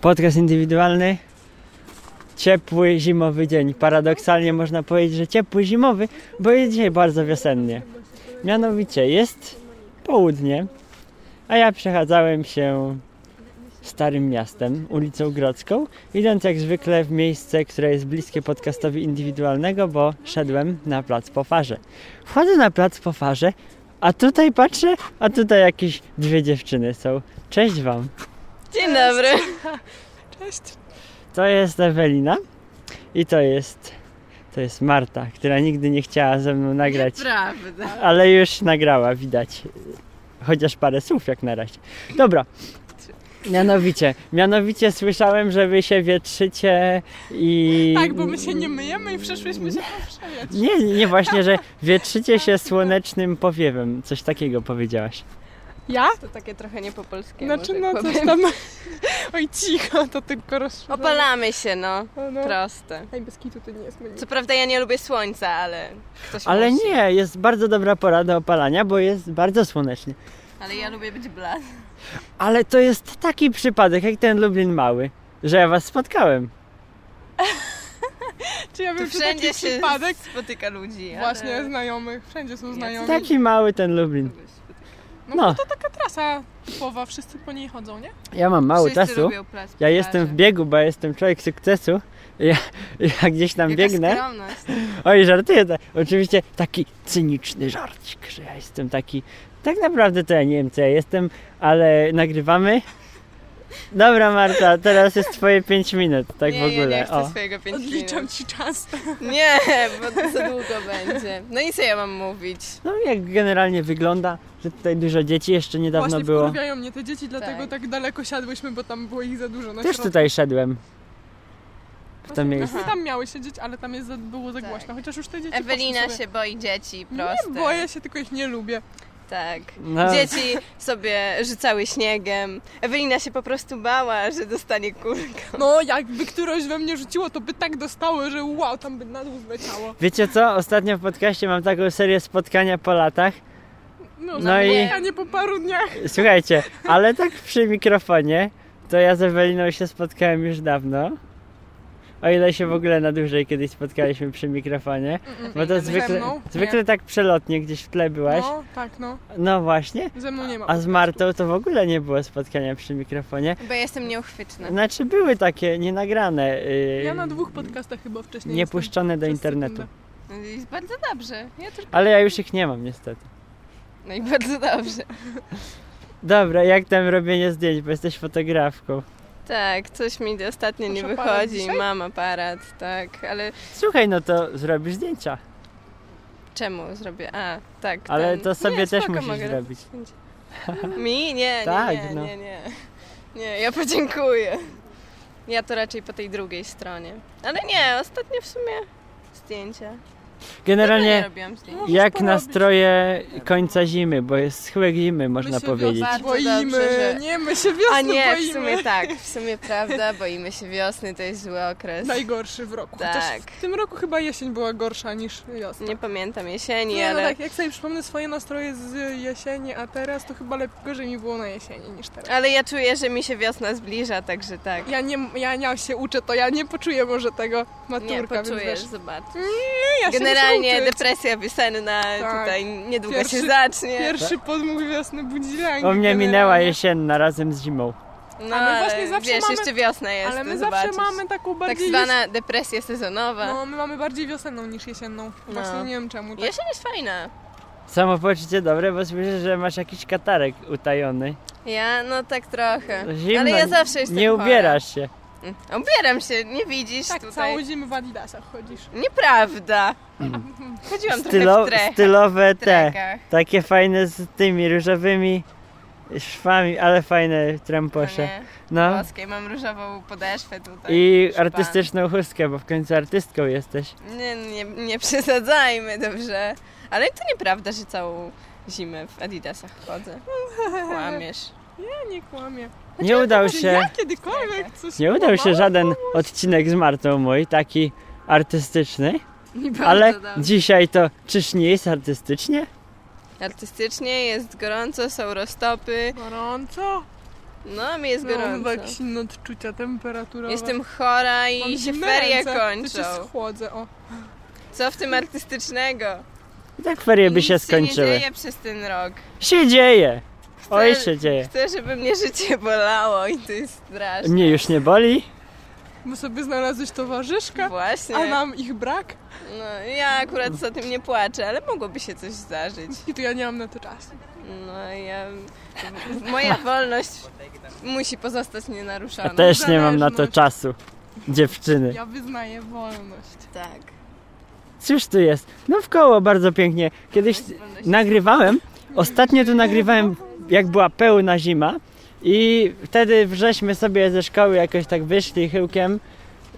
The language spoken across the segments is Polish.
Podcast indywidualny. Ciepły zimowy dzień. Paradoksalnie można powiedzieć, że ciepły zimowy, bo jest dzisiaj bardzo wiosennie. Mianowicie jest południe, a ja przechadzałem się starym miastem, ulicą Grodzką, idąc jak zwykle w miejsce, które jest bliskie podcastowi indywidualnego, bo szedłem na plac po farze. Wchodzę na plac po farze, a tutaj patrzę, a tutaj jakieś dwie dziewczyny są. Cześć Wam! Dzień dobry. Cześć. To jest Ewelina i to jest, to jest Marta, która nigdy nie chciała ze mną nagrać, Prawda. ale już nagrała, widać. Chociaż parę słów jak na razie. Dobra. Mianowicie, mianowicie słyszałem, że wy się wietrzycie i... Tak, bo my się nie myjemy i przeszłyśmy się poprzejać. Nie, nie właśnie, że wietrzycie się słonecznym powiewem. Coś takiego powiedziałaś. Ja? To takie trochę nie po polskiemu. Znaczy tak no coś powiem. tam... Oj cicho, to tylko rozszerzone. Opalamy się, no. No. Proste. Ej, bez kitu to nie jest menu. Co prawda ja nie lubię słońca, ale ktoś Ale musi. nie, jest bardzo dobra pora do opalania, bo jest bardzo słonecznie. Ale ja lubię być blad. Ale to jest taki przypadek, jak ten Lublin Mały, że ja was spotkałem. Czy ja wiem, Tu czy taki wszędzie się przypadek? spotyka ludzi. Właśnie ale... znajomych, wszędzie są znajomi. Taki mały ten Lublin. No, No. no to taka trasa typowa, wszyscy po niej chodzą, nie? Ja mam mało czasu. Ja jestem w biegu, bo ja jestem człowiek sukcesu. Ja, ja gdzieś tam biegnę. Oj, żartuję. To, oczywiście taki cyniczny żarcik, że ja jestem taki. Tak naprawdę to ja nie wiem, co ja jestem, ale nagrywamy. Dobra, Marta, teraz jest twoje 5 minut, tak nie, w ogóle. Ja nie chcę o. swojego pięć Odliczam minut. ci czas. Nie, bo to za długo będzie. No i co ja mam mówić? No jak generalnie wygląda, że tutaj dużo dzieci jeszcze niedawno Właśnie było. wkurwiają mnie te dzieci, dlatego tak. daleko siadłyśmy, bo tam było ich za dużo na Też środku. tutaj szedłem. W to miejsce. Aha. Tam miały siedzieć, ale tam jest za, było za Tak. głośno, chociaż już te dzieci Ewelina poszły sobie. się boi dzieci, proste. Nie boję się, tylko ich nie lubię. Tak. No. Dzieci sobie rzucały śniegiem. Ewelina się po prostu bała, że dostanie kulkę. No, jakby któreś we mnie rzuciło, to by tak dostały, że wow, tam by na dół zleciało. Wiecie co? Ostatnio w podcaście mam taką serię spotkania po latach. No, No no i- a nie po paru dniach. Słuchajcie, ale tak przy mikrofonie, to ja z Eweliną się spotkałem już dawno. O ile się w ogóle na dłużej kiedyś spotkaliśmy przy mikrofonie. Bo to Ze zwykle, mną? Nie. zwykle tak przelotnie gdzieś w tle byłaś. No, tak, no. No właśnie. Ze mną nie ma. A z Martą to w ogóle nie było spotkania przy mikrofonie. Bo ja jestem nieuchwytna. Znaczy były takie nienagrane, yy, Ja na dwóch podcastach chyba wcześniej nie jestem. puszczone do Przez internetu. sekundę. Jest No bardzo dobrze. Ja tylko... Ale ja już ich nie mam niestety. No i bardzo dobrze. Dobra, jak tam robienie zdjęć, bo jesteś fotografką. Tak, coś mi ostatnio nie Masz aparat wychodzi. dzisiaj? Mam aparat, tak. Ale Słuchaj, no to zrobisz zdjęcia, czemu zrobię? A, tak. ale ten- to sobie nie, też spoko, musisz mogę zrobić. robić. Mi? Nie, nie, Tak, nie, no. nie, nie. Nie, ja podziękuję. Ja to raczej po tej drugiej stronie. Ale nie, ostatnio w sumie zdjęcia. Ja No nie Generalnie, robiłam zdjęć. Możesz jak porobić. nastroje końca zimy, bo jest schyłek zimy, można my się powiedzieć. wiosny Bardzo boimy. dobrze, że- Nie, my się wiosny A nie, boimy. w sumie tak, w sumie prawda, boimy się wiosny, to jest zły okres. Najgorszy w roku. Tak. No Chociaż w tym roku chyba jesień była gorsza niż wiosna. Nie pamiętam jesieni, Nie, no ale tak, jak sobie przypomnę swoje nastroje z jesieni, a teraz, to chyba lepiej gorzej mi było na jesieni niż teraz. ale ja czuję, że mi się wiosna zbliża, także tak. Ja nie, ja nie się uczę, to ja nie poczuję może tego maturka, Nie poczujesz, więc wiesz. zobacz. Nie, ja się Generalnie muszę uczyć. Tak. depresja wiosenna tutaj niedługo się Pierwszy- zacznie. Pierwszy podmuch wiosny budzi rangi. U mnie generalnie. minęła jesienna razem z zimą. No, A my ale właśnie zawsze wiesz, mamy- jeszcze wiosna jest, Ale my zobaczysz. zawsze mamy taką tak bardziej... zwana depresja sezonowa. No, my mamy bardziej wiosenną niż jesienną. Właśnie No. nie wiem czemu. Tak. Jesień jest fajna. Samopoczucie dobre, bo słyszę, że masz jakiś katarek utajony. Ja, no tak trochę. Zimno, ale ja zawsze jestem Nie chora. ubierasz się. Mm. Ubieram się, nie widzisz Tak, tutaj. całą zimę w adidasach chodzisz. Nieprawda. Chodziłam Stylo, trochę w tre- stylowe te. trekach. no Takie fajne z tymi różowymi szwami, ale fajne No tramposze. nie, No. Włoskiej, mam różową podeszwę tutaj. I szpan. artystyczną chustkę, bo w końcu artystką jesteś. Nie, nie, nie przesadzajmy, dobrze? Ale to nieprawda, że całą zimę w adidasach chodzę. Kłamiesz. Ja nie kłamię. Znaczy, Nie udał Czy się, ja kiedykolwiek coś nie udał się kłamałam? żaden odcinek z Martą mój, taki artystyczny, Nie bardzo ale dobrze. dzisiaj to czyż nie jest artystycznie? Artystycznie jest gorąco, są roztopy, Gorąco. No, mi jest Mam gorąco. jakieś inne odczucia temperaturowe. Jestem chora Mam i się zimne ferie ręce, To się kończą. schłodzę, o. Co w tym artystycznego? I tak ferie by się Nic skończyły. nie dzieje przez ten rok. Się dzieje! Chcę, Oj, się dzieje. chcę, żeby mnie życie bolało i to jest straszne. Mnie już nie boli? Bo sobie znalazłeś towarzyszka, Właśnie. a nam ich brak. No, ja akurat za tym nie płaczę, ale mogłoby się coś zdarzyć. I tu ja nie mam na to czasu. No, ja... Moja wolność musi pozostać nienaruszona. A też nie mam na to no. zależność. czasu. Dziewczyny. Ja wyznaję wolność. Tak. Cóż tu jest? No w koło bardzo pięknie. Kiedyś nagrywałem, ostatnio tu nagrywałem jak była pełna zima i wtedy wrześmy sobie ze szkoły jakoś tak wyszli chyłkiem.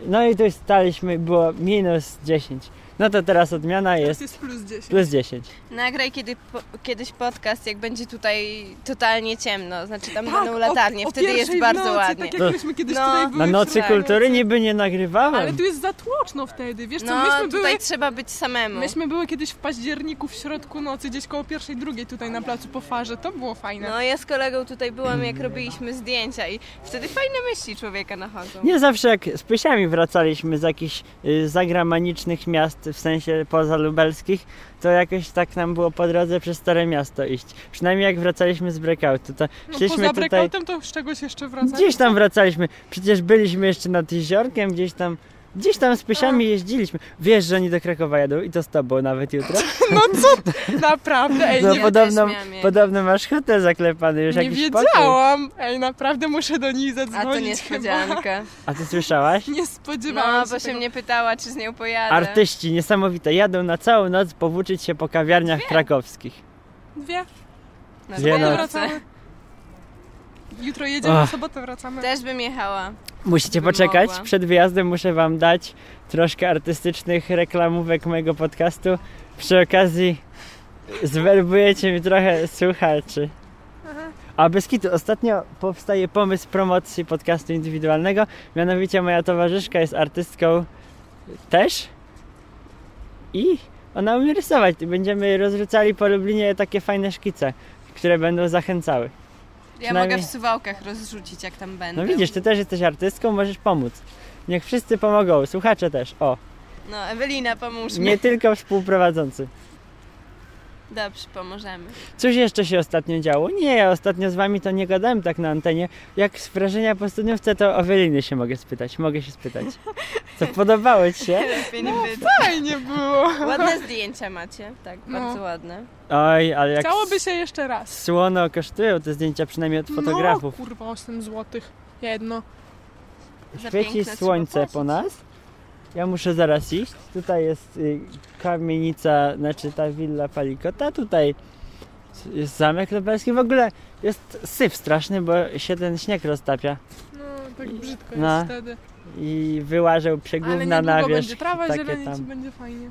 No i tu staliśmy, było minus 10. No to teraz odmiana Jest, jest jest plus 10. plus 10. Nagraj kiedy, po, kiedyś podcast, jak będzie tutaj totalnie ciemno, znaczy tam Tak, będą o- latarnie, o wtedy pierwszej jest w bardzo nocy, ładnie. Tak jak No. myśmy kiedyś No. tutaj były Na nocy wczoraj. kultury niby nie Ale nagrywałem. tu jest zatłoczno wtedy, wiesz co, No, myśmy były... tutaj trzeba być samemu. Myśmy były kiedyś w październiku w środku nocy, gdzieś koło pierwszej, drugiej tutaj na placu po farze, to było fajne. No, ja z kolegą tutaj byłam, jak robiliśmy zdjęcia i wtedy fajne myśli człowieka nachodzą. Nie zawsze jak z pysiami wracaliśmy z jakichś y, zagranicznych miast, w sensie pozalubelskich, to jakoś tak nam było po drodze przez Stare Miasto iść. Przynajmniej jak wracaliśmy z breakoutu, to No, szliśmy poza tutaj... breakoutem to z czegoś jeszcze wracać. Gdzieś tam wracaliśmy. Przecież byliśmy jeszcze nad jeziorkiem, gdzieś tam... Gdzieś tam z pysiami jeździliśmy. Wiesz, że oni do Krakowa jadą i to z tobą nawet jutro. No co? ty, Naprawdę, ej, No też nie, podobno, miałam jakiś. podobno masz hotę zaklepany już nie jakiś wiedziałam. Ej, naprawdę muszę do niej A zadzwonić to chyba. niespodzianka. Pokój. A ty słyszałaś? Nie No, spodziewałam bo się się tego. mnie pytała, czy z nią pojadę. Artyści niesamowite jadą na całą noc powłóczyć się po kawiarniach krakowskich. Dwie, Na Dwie pewno noce. chcę. wracamy. Jutro jedziemy, Ach. w sobotę wracamy. Też bym jechała. Musicie Bym poczekać. mogła. Przed wyjazdem muszę Wam dać troszkę artystycznych reklamówek mojego podcastu. Przy okazji zwerbujecie mi trochę słuchaczy. A bez kitu, ostatnio powstaje pomysł promocji podcastu indywidualnego. Mianowicie moja towarzyszka jest artystką też i ona umie rysować. Będziemy rozrzucali po Lublinie takie fajne szkice, które będą zachęcały. Ja Przynajmniej- mogę w suwałkach rozrzucić, jak tam będę. No widzisz, ty też jesteś artystką, możesz pomóc. Niech wszyscy pomogą, słuchacze też. O, No, Ewelina, pomóż mi. nie tylko współprowadzący. Dobrze, pomożemy. Cóż jeszcze się ostatnio działo? Nie, ja ostatnio z wami to nie gadałem tak na antenie. Jak z wrażenia po studniówce, to o Wieliny się mogę spytać. Mogę się spytać. Co, podobało ci się? Lepiej No, nie być. Fajnie było. Ładne zdjęcia macie, tak, No. bardzo ładne. Oj, ale jak Chciałoby się jeszcze raz. słono kosztują te zdjęcia, przynajmniej od fotografów. No, kurwa, 8 złotych. Jedno. Za Świeci piękne słońce trzeba po płacić. nas. Ja muszę zaraz iść. Tutaj jest y, kamienica, znaczy ta willa Palikota. Tutaj jest zamek lubelski. W ogóle jest syf straszny, bo się ten śnieg roztapia No, tak brzydko No. jest wtedy. i wyłażę Ale przegówna na niedługo wierzch. będzie trawa, takie zielenić tam. i będzie fajnie.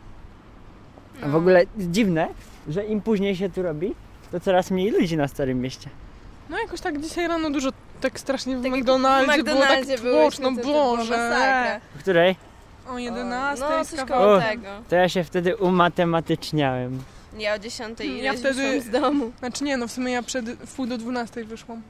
A w ogóle dziwne, że im później się tu robi, to coraz mniej ludzi na Starym Mieście. No jakoś tak dzisiaj rano dużo tak strasznie w Tak jak McDonaldzie, W McDonaldzie No, było tak byłyśmy, tłoczno, to- to była Boże. masakra. W której O 11 No, z coś koło koło O. kawałkiem. tego. to ja się wtedy umatematyczniałem. Ja o 10 Ja ja wtedy- wtedy... z domu. Znaczy nie, no w sumie ja przed w pół do 12 wyszłam.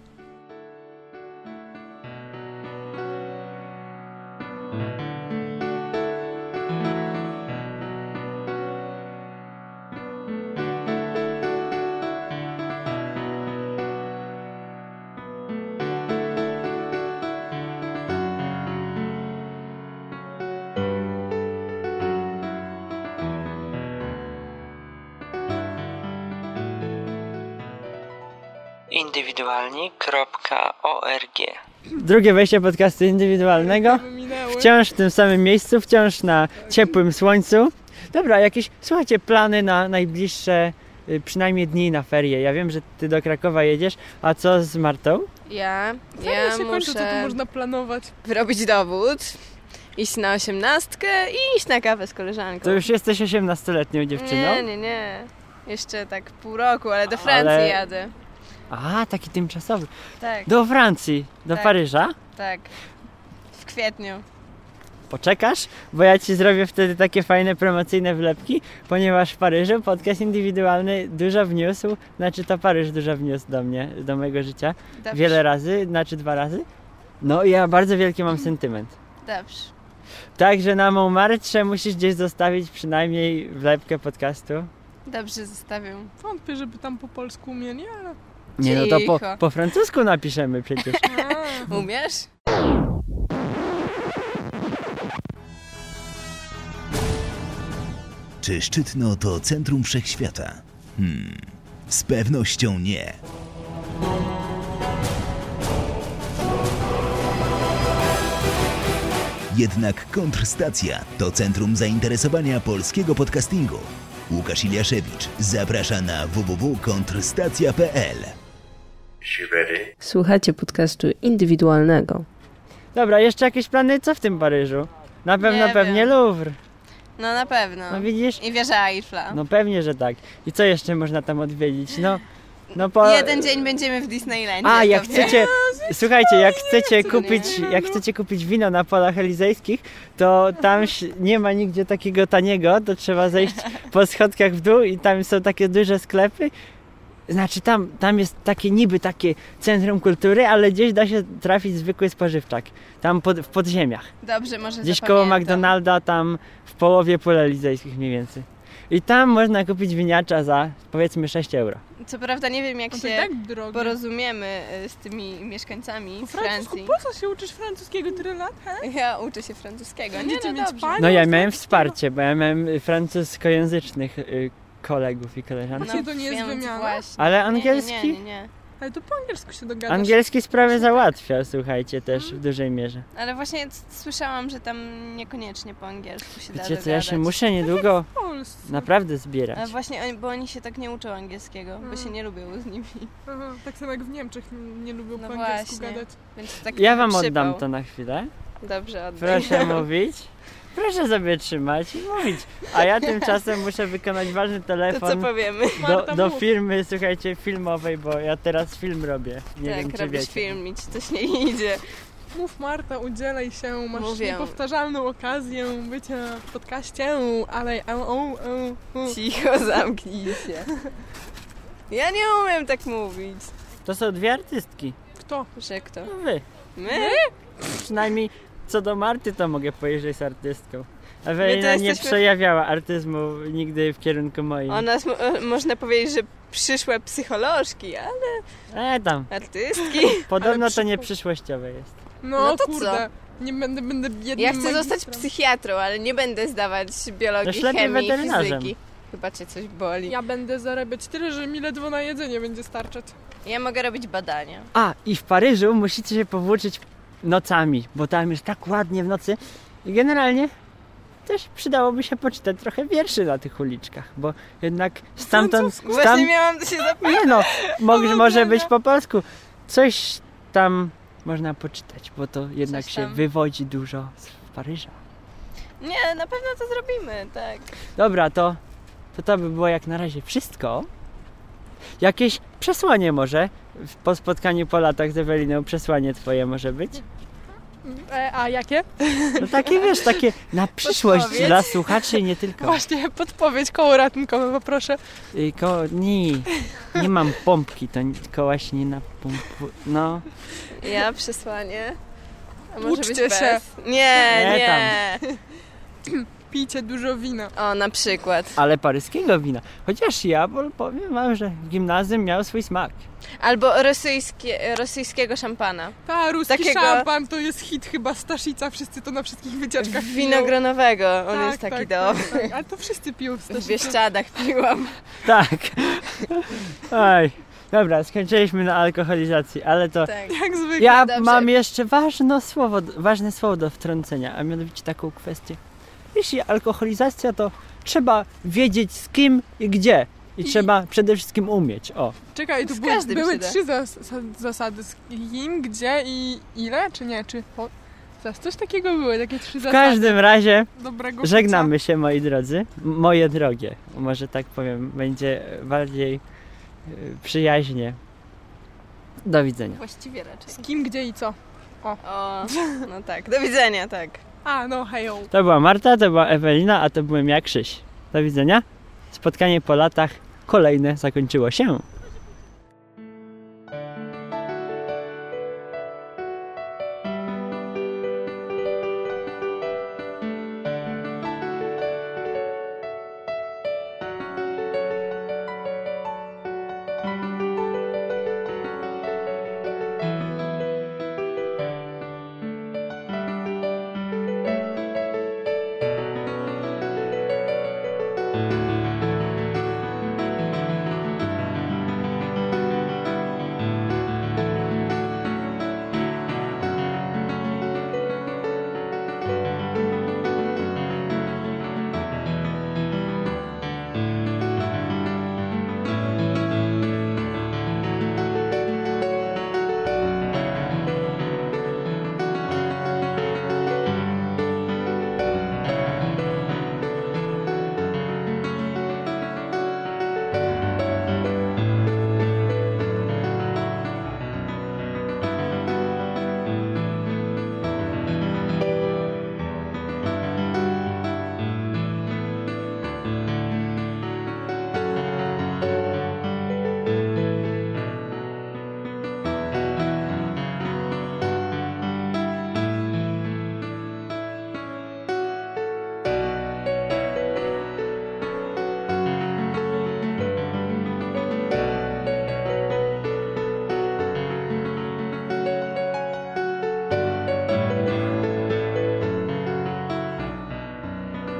indywidualni.org Drugie wejście podcastu indywidualnego. Jakby Minęły. Wciąż w tym samym miejscu, wciąż na ciepłym słońcu. Dobra, jakieś, słuchajcie, plany na najbliższe y, przynajmniej dni na ferie. Ja wiem, że ty do Krakowa jedziesz, a co z Martą? Ja, Ferie ja Tak, się kończy, co tu muszę można planować? wyrobić dowód, iść na osiemnastkę i iść na kawę z koleżanką. To już jesteś 18-letnią dziewczyną. Nie, nie, nie. Jeszcze tak pół roku, ale do Francji Ale- jadę. A, taki tymczasowy. Tak, Do Francji, do Tak. Paryża. tak. W kwietniu. Poczekasz, bo ja Ci zrobię wtedy takie fajne promocyjne wlepki, ponieważ w Paryżu podcast indywidualny dużo wniósł, znaczy to Paryż dużo wniósł do mnie, do mojego życia. Dobrze. Wiele razy, znaczy dwa razy. No i ja bardzo wielki mam sentyment. Dobrze. Także na Montmartre musisz gdzieś zostawić przynajmniej wlepkę podcastu. Dobrze, zostawię. Wątpię, żeby tam po polsku umieli, Tak ale... Nie, no to po, Cicho. po francusku napiszemy przecież. A, Umiesz? Czy Szczytno to centrum wszechświata? Hmm, z pewnością nie. Jednak kontrstacja to centrum zainteresowania polskiego podcastingu. Łukasz Iliaszewicz zaprasza na www.kontrstacja.pl. Słuchacie podcastu indywidualnego. Dobra, jeszcze jakieś plany? Co w tym Paryżu? Na pewno Nie pewnie wiem. Louvre. No na pewno. No widzisz? I wieża Eiffla. No pewnie, że tak. I co jeszcze można tam odwiedzić? No, no po... Jeden dzień będziemy w Disneylandzie. A, jak pewnie. chcecie, słuchajcie, jak chcecie chcę, kupić, nie. no. jak chcecie kupić wino na polach elizejskich, to tam ś- nie ma nigdzie takiego taniego, to trzeba zejść po schodkach w dół i tam są takie duże sklepy. Znaczy tam, tam jest takie niby takie centrum kultury, ale gdzieś da się trafić zwykły spożywczak. Tam pod, w podziemiach. Dobrze, może Gdzieś No, zapamiętam. koło McDonalda, tam w połowie pól elizejskich mniej więcej. I tam można kupić winiacza za powiedzmy 6 euro. Co prawda nie wiem, jak no to i się tak drogie. porozumiemy y, z tymi mieszkańcami Po francusku, Francji. po co się uczysz francuskiego tyle lat? He? Ja uczę się francuskiego. Nie, Będziecie no mieć dobrze. panią? No ja miałem wsparcie, bo ja miałem y, francuskojęzycznych y, kolegów i koleżanek. Właśnie to nie jest więc wymiana. Właśnie. Ale No. Nie, Nie, angielski? nie, nie, nie. Ale to po angielsku się dogadasz. Angielski sprawę załatwia, słuchajcie, też Mhm. w dużej mierze. Ale właśnie c- słyszałam, że tam niekoniecznie po angielsku się da Wiecie co, ja się dogadać. Tak muszę niedługo W Polsce. naprawdę A zbierać. właśnie, oni, bo oni się tak nie uczą angielskiego, bo Mm. się nie lubią z nimi. Aha, tak samo jak w Niemczech n- nie lubią No po angielsku właśnie. gadać. Więc tak Ja wam przypał. oddam to na chwilę. Dobrze, oddam. Proszę mówić. Proszę sobie trzymać i mówić. A ja tymczasem muszę wykonać ważny To co telefon powiemy? do, Marta, do mów. firmy, słuchajcie, filmowej, bo ja teraz film robię. Nie tak, wiem, czy robisz wiecie. film i ci coś nie idzie. Mów Marta, udzielaj się, masz Mówię. niepowtarzalną okazję bycia w podcaście, ale au, au, au, au. Cicho, zamknij się. Ja nie umiem tak mówić. To są dwie artystki. Kto? Że kto? No wy. My? Przynajmniej co do Marty, to mogę powiedzieć, że jest artystką. Ewelina nie jesteśmy- przejawiała artyzmu nigdy w kierunku moim. Ona, jest mo- e, można powiedzieć, że przyszłe psycholożki, a E tam, artystki. podobno Ale to nie przyszło- przyszłościowe jest. No, No to kurde, nie będę, będę jednym Ja chcę zostać magistrem. psychiatrą, ale nie będę zdawać biologii, Też lepiej chemii, weterynarzem. fizyki. Chyba cię coś boli. Ja, Ja będę zarabiać tyle, że mi ledwo na jedzenie będzie starczać. mogę robić badania. A, i w Paryżu musicie się powłóczyć nocami, bo tam jest tak ładnie w nocy. I generalnie też przydałoby się poczytać trochę wierszy na tych uliczkach, bo jednak stamtąd... Właśnie Stam... miałam się zapytać. Nie no, mo- może być po polsku. Coś tam można poczytać, bo to jednak Coś się tam. wywodzi dużo z Paryża. Nie, na pewno to zrobimy, tak. Dobra, to, to to by było jak na razie wszystko. Jakieś przesłanie może? W- Po spotkaniu po latach z Eweliną przesłanie twoje może być? E, a jakie? No takie wiesz, takie na przyszłość Podpowiedź. dla słuchaczy nie tylko. Właśnie, podpowiedź, koło ratunkowe poproszę. Y, Ko- nie, nie mam pompki, to ni- koła się nie napompu... No, Ja przesłanie. A może Uczcie być bez? się. Nie, nie. Nie Pijcie dużo wina. O, na przykład. ale paryskiego wina. Chociaż ja bo powiem wam, że w gimnazjum miał swój smak. Albo rosyjskie, rosyjskiego szampana. Ta, ruski Takiego- szampan to jest hit chyba, Staszica, wszyscy to na wszystkich wycieczkach piją. Winogronowego. On Tak, jest taki tak, dobry. Tak, tak. Ale to wszyscy piją w W Staszicy. Bieszczadach piłam. Tak. Oj, dobra, skończyliśmy na alkoholizacji, ale to Tak. Jak zwykle. Ja Dobrze. mam jeszcze ważne słowo, ważne słowo do wtrącenia, a mianowicie taką kwestię. Jeśli alkoholizacja, to trzeba wiedzieć z kim i gdzie. I, trzeba przede wszystkim umieć. O, Czekaj, tu Z były, No każdym były się da. trzy zas zas- zasady. Z kim, gdzie i ile, czy nie? Czy po... Zas, coś takiego były, takie trzy w zasady. każdym razie Dobrego picia. żegnamy się, moi drodzy. M- Moje drogie, może tak powiem, będzie bardziej y, przyjaźnie. Do widzenia. Właściwie raczej. Z kim, gdzie i co. O, no tak. Do widzenia, tak. A, no hejo. To była Marta, to była Ewelina, a to byłem ja, Krzyś. Do widzenia. Spotkanie po latach kolejne zakończyło się. No to No. tak Były tam w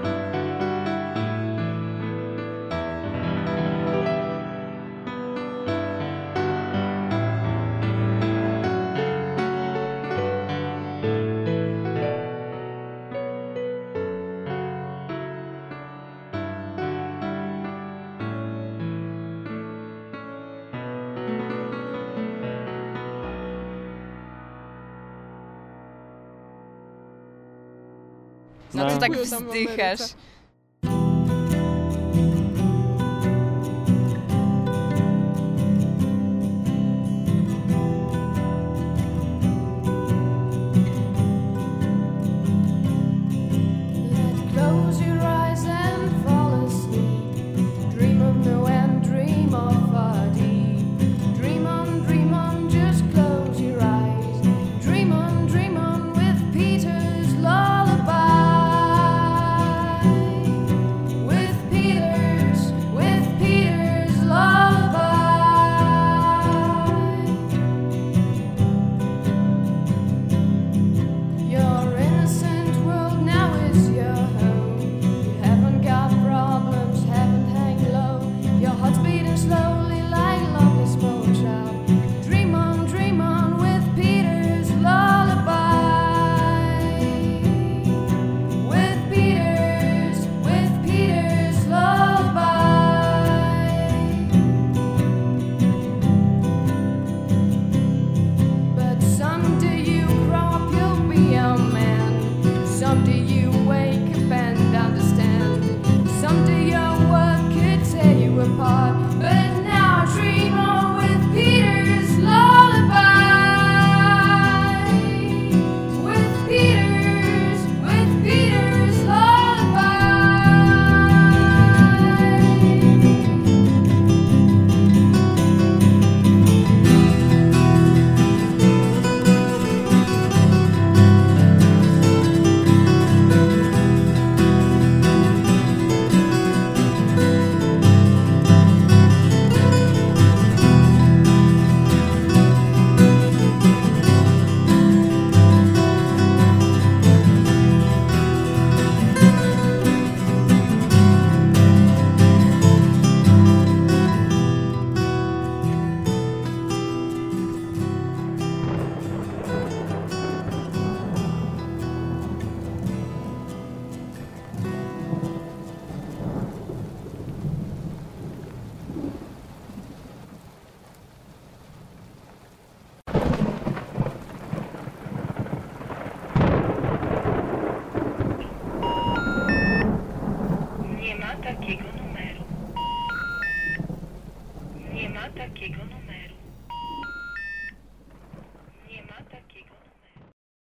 wzdychasz. No. No tak Ameryce.